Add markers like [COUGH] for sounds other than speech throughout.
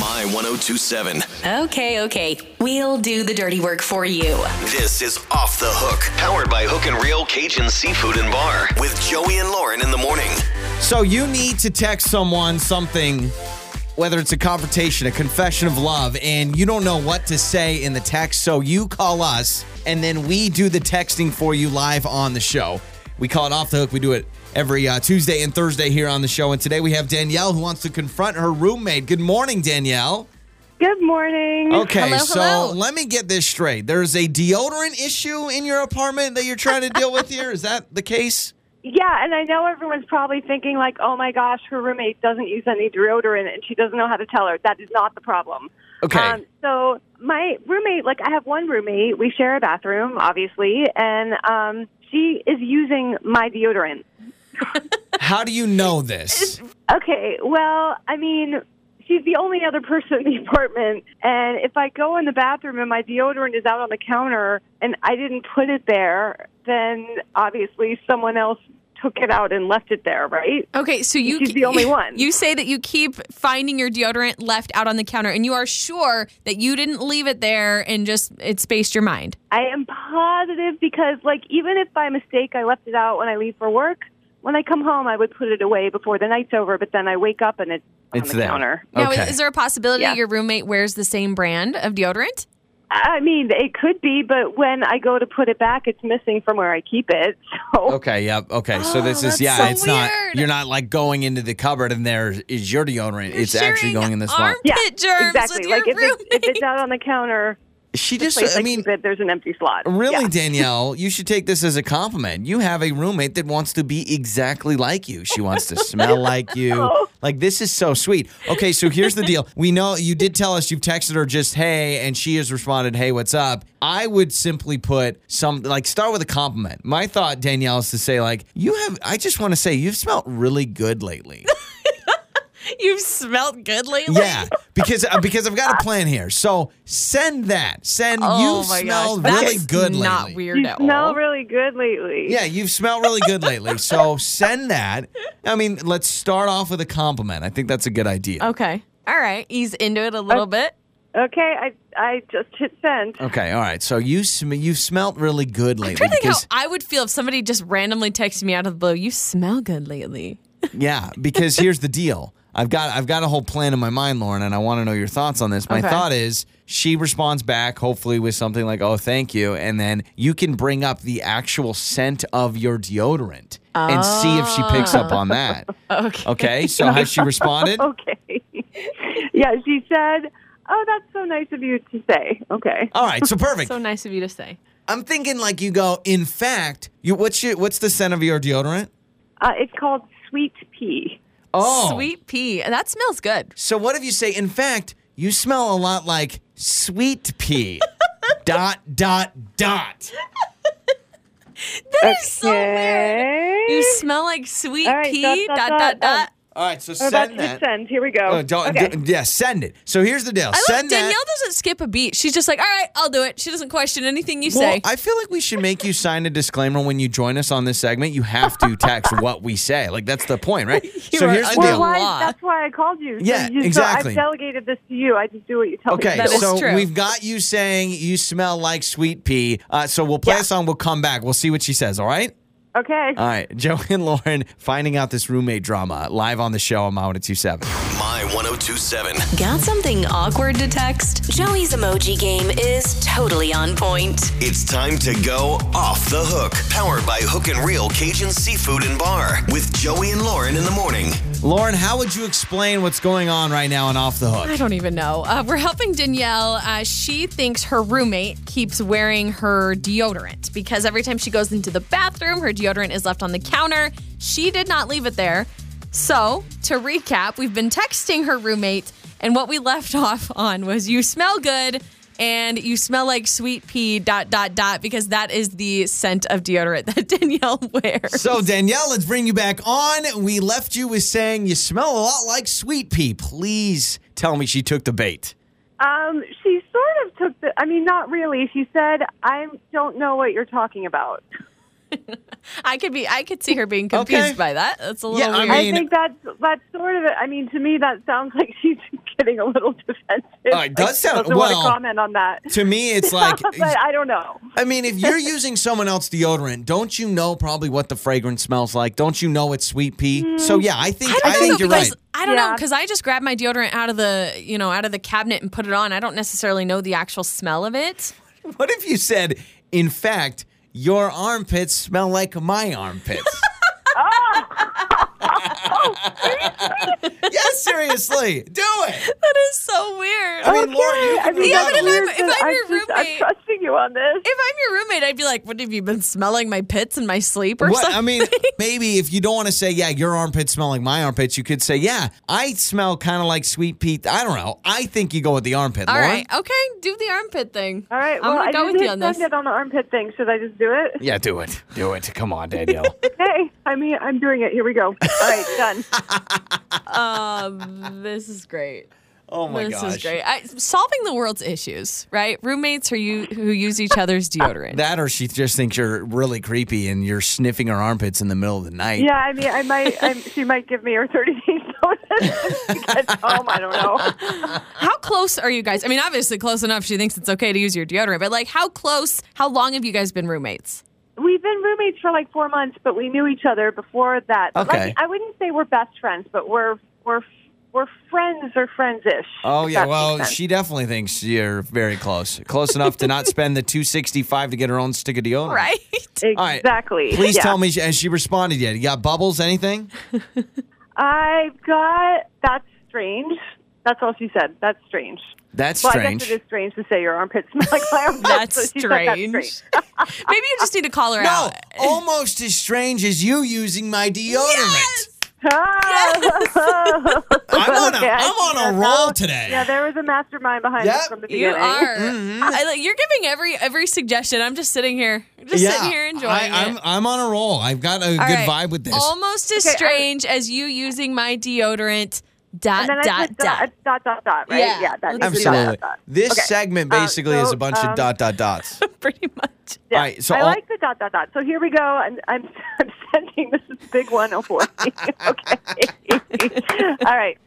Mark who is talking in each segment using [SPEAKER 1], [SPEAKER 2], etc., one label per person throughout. [SPEAKER 1] My 1027.
[SPEAKER 2] Okay, okay. We'll do the dirty work for you.
[SPEAKER 1] This is Off the Hook, powered by Hook and Reel Cajun Seafood and Bar with Joey and Lauren in the morning.
[SPEAKER 3] So you need to text someone something, whether it's a confrontation, a confession of love, and you don't know what to say in the text. So you call us, and then we do the texting for you live on the show. We call it off the hook. We do it every uh, Tuesday and Thursday here on the show. And today we have Danielle who wants to confront her roommate. Good morning, Danielle.
[SPEAKER 4] Good morning.
[SPEAKER 3] Okay,
[SPEAKER 2] Hello,
[SPEAKER 3] so
[SPEAKER 2] hello.
[SPEAKER 3] let me get this straight. There's a deodorant issue in your apartment that you're trying to deal with here. Is that the case?
[SPEAKER 4] Yeah, and I know everyone's probably thinking like, "Oh my gosh, her roommate doesn't use any deodorant and she doesn't know how to tell her." That is not the problem.
[SPEAKER 3] Okay.
[SPEAKER 4] Um, so my roommate, like I have one roommate, we share a bathroom, obviously, and um, she is using my deodorant.
[SPEAKER 3] How do you know this?
[SPEAKER 4] Okay, well, I mean, she's the only other person in the [LAUGHS] apartment, and if I go in the bathroom and my deodorant is out on the counter and I didn't put it there, then obviously someone else took it out and left it there, right?
[SPEAKER 5] Okay, so you
[SPEAKER 4] She's the only one.
[SPEAKER 5] [LAUGHS] You say that you keep finding your deodorant left out on the counter, and you are sure that you didn't leave it there and just it spaced your mind.
[SPEAKER 4] I am positive because, like, even if by mistake I left it out when I leave for work, when I come home, I would put it away before the night's over. But then I wake up and it's on
[SPEAKER 3] It's
[SPEAKER 4] the
[SPEAKER 3] there.
[SPEAKER 4] counter.
[SPEAKER 5] Now,
[SPEAKER 3] Okay.
[SPEAKER 5] is there a possibility
[SPEAKER 4] Yeah.
[SPEAKER 5] your roommate wears the same brand of deodorant?
[SPEAKER 4] I mean, it could be, but when I go to put it back, it's missing from where I keep it. [LAUGHS] So
[SPEAKER 3] Okay, yep. Okay, so
[SPEAKER 5] Oh,
[SPEAKER 3] this is
[SPEAKER 5] that's
[SPEAKER 3] yeah.
[SPEAKER 5] so
[SPEAKER 3] it's not
[SPEAKER 5] weird.
[SPEAKER 3] you're not like going into the cupboard and there is your deodorant. it's actually
[SPEAKER 5] sharing
[SPEAKER 3] going in this
[SPEAKER 5] arm-
[SPEAKER 3] box.
[SPEAKER 4] yeah,
[SPEAKER 5] Pit germs with
[SPEAKER 4] exactly.
[SPEAKER 5] your
[SPEAKER 4] like if it's, if
[SPEAKER 5] roommate.
[SPEAKER 4] it's out on the
[SPEAKER 3] [LAUGHS]
[SPEAKER 4] counter,
[SPEAKER 3] She
[SPEAKER 4] the
[SPEAKER 3] just,
[SPEAKER 4] place I,
[SPEAKER 3] I mean,
[SPEAKER 4] keep it, there's an empty slot.
[SPEAKER 3] really,
[SPEAKER 5] [LAUGHS]
[SPEAKER 4] Yeah.
[SPEAKER 3] Danielle, you should take this as a compliment. You have a roommate that wants to be exactly like you. She wants to
[SPEAKER 5] [LAUGHS]
[SPEAKER 3] smell like you.
[SPEAKER 5] Oh.
[SPEAKER 3] Like this is so sweet. Okay, so here's the deal. We know you did tell us you've texted her just hey, and she has responded hey, what's up. I would simply put some like start with a compliment. My thought, Danielle, is to say like you have. I just want to say you've smelled really good
[SPEAKER 5] [LAUGHS]
[SPEAKER 3] lately.
[SPEAKER 5] [LAUGHS] You've smelled good lately.
[SPEAKER 3] Yeah, because uh, because I've got a plan here. So send that. Send
[SPEAKER 5] Oh
[SPEAKER 3] you've
[SPEAKER 5] my
[SPEAKER 3] smelled
[SPEAKER 5] gosh, that's
[SPEAKER 3] really good
[SPEAKER 5] Not
[SPEAKER 3] lately.
[SPEAKER 5] weird
[SPEAKER 4] You
[SPEAKER 5] at all.
[SPEAKER 4] smell really good lately.
[SPEAKER 3] Yeah, you've smelled really good lately. So send that. I mean, let's start off with a compliment. I think that's a good idea.
[SPEAKER 5] Okay. All right. Ease into it a little bit.
[SPEAKER 4] Okay, I I just hit send.
[SPEAKER 3] Okay, all right. So you sm- you've smelled really good
[SPEAKER 5] I'm
[SPEAKER 3] lately
[SPEAKER 5] trying to think how
[SPEAKER 3] because
[SPEAKER 5] I would feel if somebody just randomly texted me out of the blue. You smell good lately.
[SPEAKER 3] yeah, because here's the deal. I've got I've got a whole plan in my mind, Lauren, and I want to know your thoughts on this. My
[SPEAKER 5] Okay.
[SPEAKER 3] thought is she responds back hopefully with something like "Oh, thank you," and then you can bring up the actual scent of your deodorant and see if she picks up on that.
[SPEAKER 5] [LAUGHS] Okay. Oh.
[SPEAKER 3] Okay, so has she
[SPEAKER 5] [LAUGHS]
[SPEAKER 3] responded?
[SPEAKER 4] [LAUGHS] Okay. [LAUGHS] yeah, she said, "Oh, that's so nice of you to say." Okay.
[SPEAKER 3] All right, so perfect.
[SPEAKER 5] So nice of you to say.
[SPEAKER 3] I'm thinking like you go. In fact, you what's your what's the scent of your deodorant?
[SPEAKER 4] Uh, it's called Sweet Pea.
[SPEAKER 5] Oh.
[SPEAKER 4] Oh.
[SPEAKER 5] Sweet pea. That smells good.
[SPEAKER 3] So what if you say? In fact, you smell a lot like sweet
[SPEAKER 5] [LAUGHS]
[SPEAKER 3] pea. dot dot dot.
[SPEAKER 5] That is
[SPEAKER 4] Okay.
[SPEAKER 5] so weird. You smell like sweet
[SPEAKER 4] All right,
[SPEAKER 5] pea.
[SPEAKER 4] dot,
[SPEAKER 5] Dot,
[SPEAKER 4] dot, Oh.
[SPEAKER 5] dot,
[SPEAKER 4] dot.
[SPEAKER 5] dot.
[SPEAKER 3] All right, so
[SPEAKER 4] We're about to
[SPEAKER 3] send
[SPEAKER 4] hit
[SPEAKER 3] that.
[SPEAKER 4] send. Here we go.
[SPEAKER 3] Oh, don't,
[SPEAKER 4] okay.
[SPEAKER 3] d- yeah, send it. So here's the deal.
[SPEAKER 5] I love
[SPEAKER 3] send
[SPEAKER 5] Danielle
[SPEAKER 3] that.
[SPEAKER 5] doesn't skip a beat. She's just like, all right, I'll do it. She doesn't question anything you
[SPEAKER 3] Well,
[SPEAKER 5] say.
[SPEAKER 3] I feel like we should make you sign a disclaimer when you join us on this segment. You have to
[SPEAKER 5] [LAUGHS]
[SPEAKER 3] text what we say. Like that's the point, right? so
[SPEAKER 5] are
[SPEAKER 3] here's the
[SPEAKER 5] under-
[SPEAKER 4] well,
[SPEAKER 3] deal.
[SPEAKER 4] why,
[SPEAKER 5] Law.
[SPEAKER 4] that's why I called you. So
[SPEAKER 3] Yeah,
[SPEAKER 4] you- so
[SPEAKER 3] exactly.
[SPEAKER 4] I've delegated this to you. I just do what you tell
[SPEAKER 3] Okay,
[SPEAKER 4] me. to
[SPEAKER 5] That
[SPEAKER 4] do.
[SPEAKER 5] is
[SPEAKER 3] so
[SPEAKER 5] true.
[SPEAKER 3] we've got you saying you smell like sweet pea. Uh, so we'll play a song. We'll come back. We'll see what she says. All right.
[SPEAKER 4] okay.
[SPEAKER 3] All right. [LAUGHS] Joe and Lauren finding out this roommate drama live on the show on My 1027.
[SPEAKER 1] My 1027.
[SPEAKER 2] Got something awkward to text? Joey's emoji game is totally on point.
[SPEAKER 1] It's time to go off the hook, powered by Hook and Reel Cajun Seafood and Bar with Joey and Lauren in the morning.
[SPEAKER 3] Lauren, how would you explain what's going on right now and off the
[SPEAKER 5] I
[SPEAKER 3] hook?
[SPEAKER 5] don't even know. Uh, we're helping Danielle. Uh, she thinks her roommate keeps wearing her deodorant because every time she goes into the bathroom, her deodorant is left on the counter. She did not leave it there. So, to recap, we've been texting her roommate, and what we left [LAUGHS] off on was you smell good and you smell like sweet pea dot dot dot because that is the scent of deodorant [LAUGHS] that Danielle wears.
[SPEAKER 3] So, Danielle, let's bring you back on. We left you with saying you smell a lot like sweet pea. Please tell me she took the bait.
[SPEAKER 4] Um, she sort of took the. I mean, not really. She said, "I don't know what you're talking about."
[SPEAKER 5] I could be. I could see her being confused
[SPEAKER 3] Okay.
[SPEAKER 5] by that. That's a little
[SPEAKER 3] Yeah, I
[SPEAKER 5] weird.
[SPEAKER 3] mean-
[SPEAKER 4] I think that's that's sort of it. I mean, to me, that sounds like she's [LAUGHS] getting a little defensive.
[SPEAKER 3] Oh, it does
[SPEAKER 4] Like,
[SPEAKER 3] sound-
[SPEAKER 4] doesn't want
[SPEAKER 3] well,
[SPEAKER 4] to comment on that.
[SPEAKER 3] To me,
[SPEAKER 4] [LAUGHS]
[SPEAKER 3] it's like
[SPEAKER 4] but I don't know.
[SPEAKER 3] I mean, if
[SPEAKER 5] [LAUGHS]
[SPEAKER 3] you're using someone else deodorant, don't you know probably what the fragrance smells like? Don't you know it's sweet pea? so yeah, I think I,
[SPEAKER 5] Mm. I don't know
[SPEAKER 3] think you're
[SPEAKER 5] because
[SPEAKER 3] right.
[SPEAKER 5] I don't know
[SPEAKER 4] Yeah.
[SPEAKER 5] because I just grabbed my deodorant out of the you know out of the cabinet and put it on. I don't necessarily know the actual smell of it.
[SPEAKER 3] What if you said, in fact, your armpits smell like my
[SPEAKER 5] [LAUGHS]
[SPEAKER 3] armpits? [LAUGHS] yes, seriously, do it.
[SPEAKER 5] That is so weird.
[SPEAKER 3] I mean, Laura, you
[SPEAKER 4] I
[SPEAKER 3] can
[SPEAKER 4] mean,
[SPEAKER 3] go
[SPEAKER 5] Yeah,
[SPEAKER 4] that's
[SPEAKER 3] down
[SPEAKER 5] but if
[SPEAKER 3] a-
[SPEAKER 4] weird
[SPEAKER 5] I'm- if
[SPEAKER 4] that
[SPEAKER 5] I'm
[SPEAKER 4] I'm
[SPEAKER 5] your
[SPEAKER 4] just- I'm
[SPEAKER 5] roommate-
[SPEAKER 4] trusting you on this.
[SPEAKER 5] if I'm your roommate, I'd be like, "What have you been smelling my pits and my sleep or
[SPEAKER 3] What,
[SPEAKER 5] something?"
[SPEAKER 3] I mean, maybe if you don't want to say, yeah, your armpits smell like my armpits, you could say, yeah, I smell kind of like sweet pea. I don't know. I think you go with the armpit,
[SPEAKER 5] All
[SPEAKER 3] Laura.
[SPEAKER 5] right, okay, do the armpit thing.
[SPEAKER 4] All right. Well,
[SPEAKER 5] I'm gonna
[SPEAKER 4] I
[SPEAKER 5] go
[SPEAKER 4] didn't
[SPEAKER 5] with
[SPEAKER 4] hit
[SPEAKER 5] you on this.
[SPEAKER 4] send it on the armpit thing. Should I just do it?
[SPEAKER 3] Yeah, do it. Do it. Come on, Danielle.
[SPEAKER 4] [LAUGHS] Hey, I mean, I'm doing it. Here we go. All right, done.
[SPEAKER 5] Um, this is great.
[SPEAKER 3] Oh my
[SPEAKER 5] this
[SPEAKER 3] gosh.
[SPEAKER 5] is great. I, solving the world's issues, right? Roommates who you who use each other's
[SPEAKER 3] [LAUGHS]
[SPEAKER 5] deodorant.
[SPEAKER 3] That or she just thinks you're really creepy and you're sniffing her armpits in the middle of the night.
[SPEAKER 4] Yeah, I mean, I might.
[SPEAKER 3] [LAUGHS]
[SPEAKER 4] I'm, she might give me her 30 days notice [LAUGHS] to get home. I don't know.
[SPEAKER 5] how close are you guys? I mean, obviously close enough. She thinks it's okay to use your deodorant, but like, how close? How long have you guys been roommates? [LAUGHS]
[SPEAKER 4] We've been roommates for like four months, but we knew each other before that. Like,
[SPEAKER 3] Okay.
[SPEAKER 4] I wouldn't say we're best friends, but we're we're we're friends or friends-ish.
[SPEAKER 3] Oh
[SPEAKER 4] if
[SPEAKER 3] yeah,
[SPEAKER 4] that makes
[SPEAKER 3] well
[SPEAKER 4] sense.
[SPEAKER 3] she definitely thinks you're very close, close enough to not spend the two sixty five to get her own stick of deodorant.
[SPEAKER 5] Right?
[SPEAKER 3] All right.
[SPEAKER 4] exactly.
[SPEAKER 3] Please
[SPEAKER 4] Yeah.
[SPEAKER 3] tell me, has she responded yet? You got bubbles? Anything?
[SPEAKER 4] I've got. That's strange. That's all she said. That's strange.
[SPEAKER 3] That's
[SPEAKER 4] Well, I guess
[SPEAKER 3] strange.
[SPEAKER 4] it is strange to say your armpits [LAUGHS] smell like my
[SPEAKER 3] [LAUGHS]
[SPEAKER 4] armpits.
[SPEAKER 5] That's
[SPEAKER 4] so she said
[SPEAKER 5] strange. [LAUGHS]
[SPEAKER 4] That's strange. [LAUGHS]
[SPEAKER 5] Maybe you just need to call her
[SPEAKER 3] no, Oh,
[SPEAKER 5] out.
[SPEAKER 3] almost as strange as you using my deodorant.
[SPEAKER 5] Yes!
[SPEAKER 4] Ah, Oh.
[SPEAKER 3] I'm on a,
[SPEAKER 4] Okay, I
[SPEAKER 3] am
[SPEAKER 4] see
[SPEAKER 3] on a
[SPEAKER 4] that
[SPEAKER 3] roll
[SPEAKER 4] now.
[SPEAKER 3] today.
[SPEAKER 4] Yeah, there was a mastermind behind
[SPEAKER 3] Yep.
[SPEAKER 4] it from the
[SPEAKER 5] You
[SPEAKER 4] beginning.
[SPEAKER 5] are.
[SPEAKER 3] Mm-hmm.
[SPEAKER 5] I, like, you're giving every every suggestion. I'm just sitting here, just sitting here enjoying
[SPEAKER 3] I,
[SPEAKER 5] it.
[SPEAKER 3] I'm, I'm on a roll. I've got a
[SPEAKER 5] All
[SPEAKER 3] good
[SPEAKER 5] right.
[SPEAKER 3] vibe with this.
[SPEAKER 5] Almost as
[SPEAKER 4] Okay, I-
[SPEAKER 5] strange as you using my deodorant.
[SPEAKER 4] And
[SPEAKER 5] Dot
[SPEAKER 4] then I
[SPEAKER 5] dot
[SPEAKER 4] put uh,
[SPEAKER 5] dot. [LAUGHS]
[SPEAKER 4] dot dot dot dot, right?
[SPEAKER 5] Yeah.
[SPEAKER 4] Yeah, that needs to be dot,
[SPEAKER 3] Absolutely.
[SPEAKER 4] dot, dot.
[SPEAKER 3] This
[SPEAKER 4] Okay.
[SPEAKER 3] segment
[SPEAKER 4] Uh,
[SPEAKER 3] basically is
[SPEAKER 4] so,
[SPEAKER 3] a bunch
[SPEAKER 4] um,
[SPEAKER 3] of dot dot dots.
[SPEAKER 5] Pretty much.
[SPEAKER 4] Yeah.
[SPEAKER 3] All right, so
[SPEAKER 4] I
[SPEAKER 3] I'll-
[SPEAKER 4] like the dot dot dot. So here we go. I'm I'm, [LAUGHS] I'm sending this is big one oh four. [LAUGHS] okay. [LAUGHS] All right.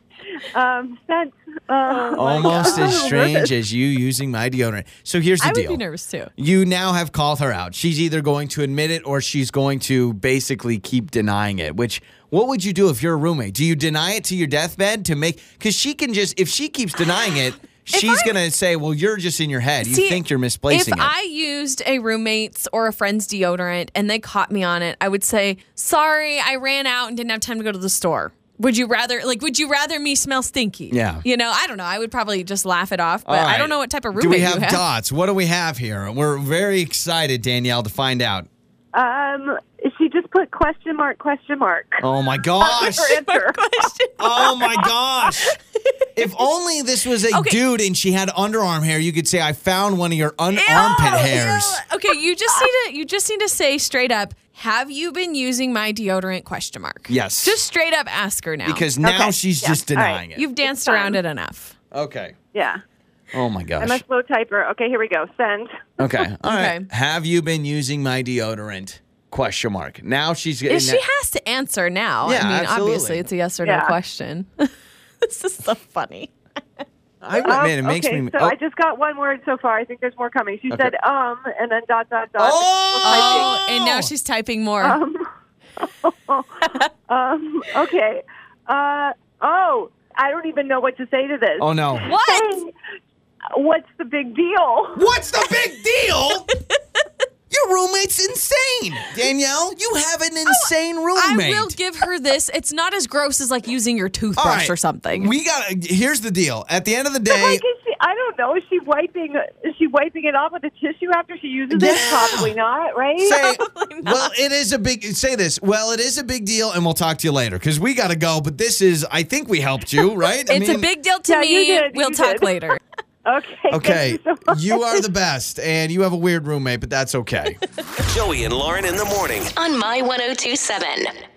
[SPEAKER 4] Um, sent. Uh,
[SPEAKER 5] [LAUGHS]
[SPEAKER 3] Almost as
[SPEAKER 4] Oh,
[SPEAKER 3] strange as you using my deodorant. So here's the
[SPEAKER 5] I would
[SPEAKER 3] deal.
[SPEAKER 5] be nervous too.
[SPEAKER 3] You now have called her out. She's either going to admit it or she's going to basically keep denying it. Which, what would you do if you're a roommate? Do you deny it to your deathbed to make? Because she can just, if she keeps denying
[SPEAKER 5] [SIGHS]
[SPEAKER 3] it, she's going to say, well, you're just in your head. You
[SPEAKER 5] See,
[SPEAKER 3] think you're misplacing it.
[SPEAKER 5] If I used a roommate's or a friend's deodorant and they caught me on it, I would say, "Sorry, I ran out and didn't have time to go to the store." Would you rather like would you rather me smell stinky?
[SPEAKER 3] Yeah.
[SPEAKER 5] You know, I don't know. I would probably just laugh it off, but
[SPEAKER 3] All
[SPEAKER 5] I
[SPEAKER 3] right.
[SPEAKER 5] don't know what type of
[SPEAKER 3] Do
[SPEAKER 5] roommate
[SPEAKER 3] we have
[SPEAKER 5] you have.
[SPEAKER 3] dots? What do we have here? We're very excited, Danielle, to find out.
[SPEAKER 4] Um, she just put question mark question mark.
[SPEAKER 3] Oh
[SPEAKER 5] [LAUGHS]
[SPEAKER 3] my gosh.
[SPEAKER 4] [LAUGHS] Her answer.
[SPEAKER 5] Question.
[SPEAKER 3] Oh my gosh.
[SPEAKER 4] [LAUGHS]
[SPEAKER 3] If only this was a
[SPEAKER 5] Okay.
[SPEAKER 3] dude and she had underarm hair, you could say, I found one of your un- armpit hairs.
[SPEAKER 5] Okay, you just need to you just need to say straight up, have you been using my deodorant question mark?
[SPEAKER 3] Yes.
[SPEAKER 5] Just straight up ask her now.
[SPEAKER 3] Because now
[SPEAKER 4] Okay,
[SPEAKER 3] she's
[SPEAKER 4] yeah,
[SPEAKER 3] just
[SPEAKER 4] all right.
[SPEAKER 3] denying it.
[SPEAKER 5] you've danced around it enough.
[SPEAKER 3] okay.
[SPEAKER 4] Yeah.
[SPEAKER 3] Oh my
[SPEAKER 4] I'm a
[SPEAKER 3] gosh.
[SPEAKER 4] slow typer. Okay, here we go. Send.
[SPEAKER 3] [LAUGHS] Okay. All right.
[SPEAKER 5] Okay.
[SPEAKER 3] Have you been using my deodorant? Question mark. Now she's
[SPEAKER 5] Yeah,
[SPEAKER 3] getting.
[SPEAKER 5] she has to answer now.
[SPEAKER 3] Yeah,
[SPEAKER 5] I mean,
[SPEAKER 3] absolutely.
[SPEAKER 5] obviously it's a yes or no
[SPEAKER 4] Yeah.
[SPEAKER 5] question. [LAUGHS] this is so funny.
[SPEAKER 3] I,
[SPEAKER 4] Um,
[SPEAKER 3] man, it makes
[SPEAKER 4] okay,
[SPEAKER 3] me.
[SPEAKER 4] So
[SPEAKER 3] oh.
[SPEAKER 4] I just got one word so far. I think there's more coming. She
[SPEAKER 3] Okay.
[SPEAKER 4] said um, and then dot dot dot.
[SPEAKER 3] Oh!
[SPEAKER 5] Oh, and now she's typing more.
[SPEAKER 4] Um, okay. Uh, oh, I don't even know what to say to this.
[SPEAKER 3] oh no.
[SPEAKER 5] what?
[SPEAKER 4] Hey, what's the big deal?
[SPEAKER 3] What's the big
[SPEAKER 4] [LAUGHS]
[SPEAKER 3] deal? Your roommate's insane, Danielle. You have an
[SPEAKER 4] Oh,
[SPEAKER 3] insane
[SPEAKER 5] I
[SPEAKER 3] roommate.
[SPEAKER 5] will give her this. It's not as gross as like using your toothbrush
[SPEAKER 3] All right.
[SPEAKER 5] or something.
[SPEAKER 3] We got. Here's the deal. At the end of the day,
[SPEAKER 4] Like, is she? I don't know. Is she wiping? Is she wiping it off with a tissue after she uses
[SPEAKER 3] Yeah.
[SPEAKER 4] it? Probably not, right?
[SPEAKER 3] say, well, it is a big. Say this. Well, it is a big deal, and we'll talk to you later because we got to go. But this is. I think we helped you, [LAUGHS] right? I
[SPEAKER 5] it's a
[SPEAKER 3] mean-
[SPEAKER 5] big deal to
[SPEAKER 4] Yeah,
[SPEAKER 5] me.
[SPEAKER 4] you did,
[SPEAKER 5] we'll
[SPEAKER 4] you
[SPEAKER 5] talk
[SPEAKER 4] did. [LAUGHS]
[SPEAKER 5] later.
[SPEAKER 4] okay. [LAUGHS] thank
[SPEAKER 3] Okay,
[SPEAKER 4] you so much.
[SPEAKER 3] you are the best, and you have a weird roommate, but that's okay.
[SPEAKER 2] oh
[SPEAKER 1] Joey and Lauren in the morning.
[SPEAKER 2] on My 1027.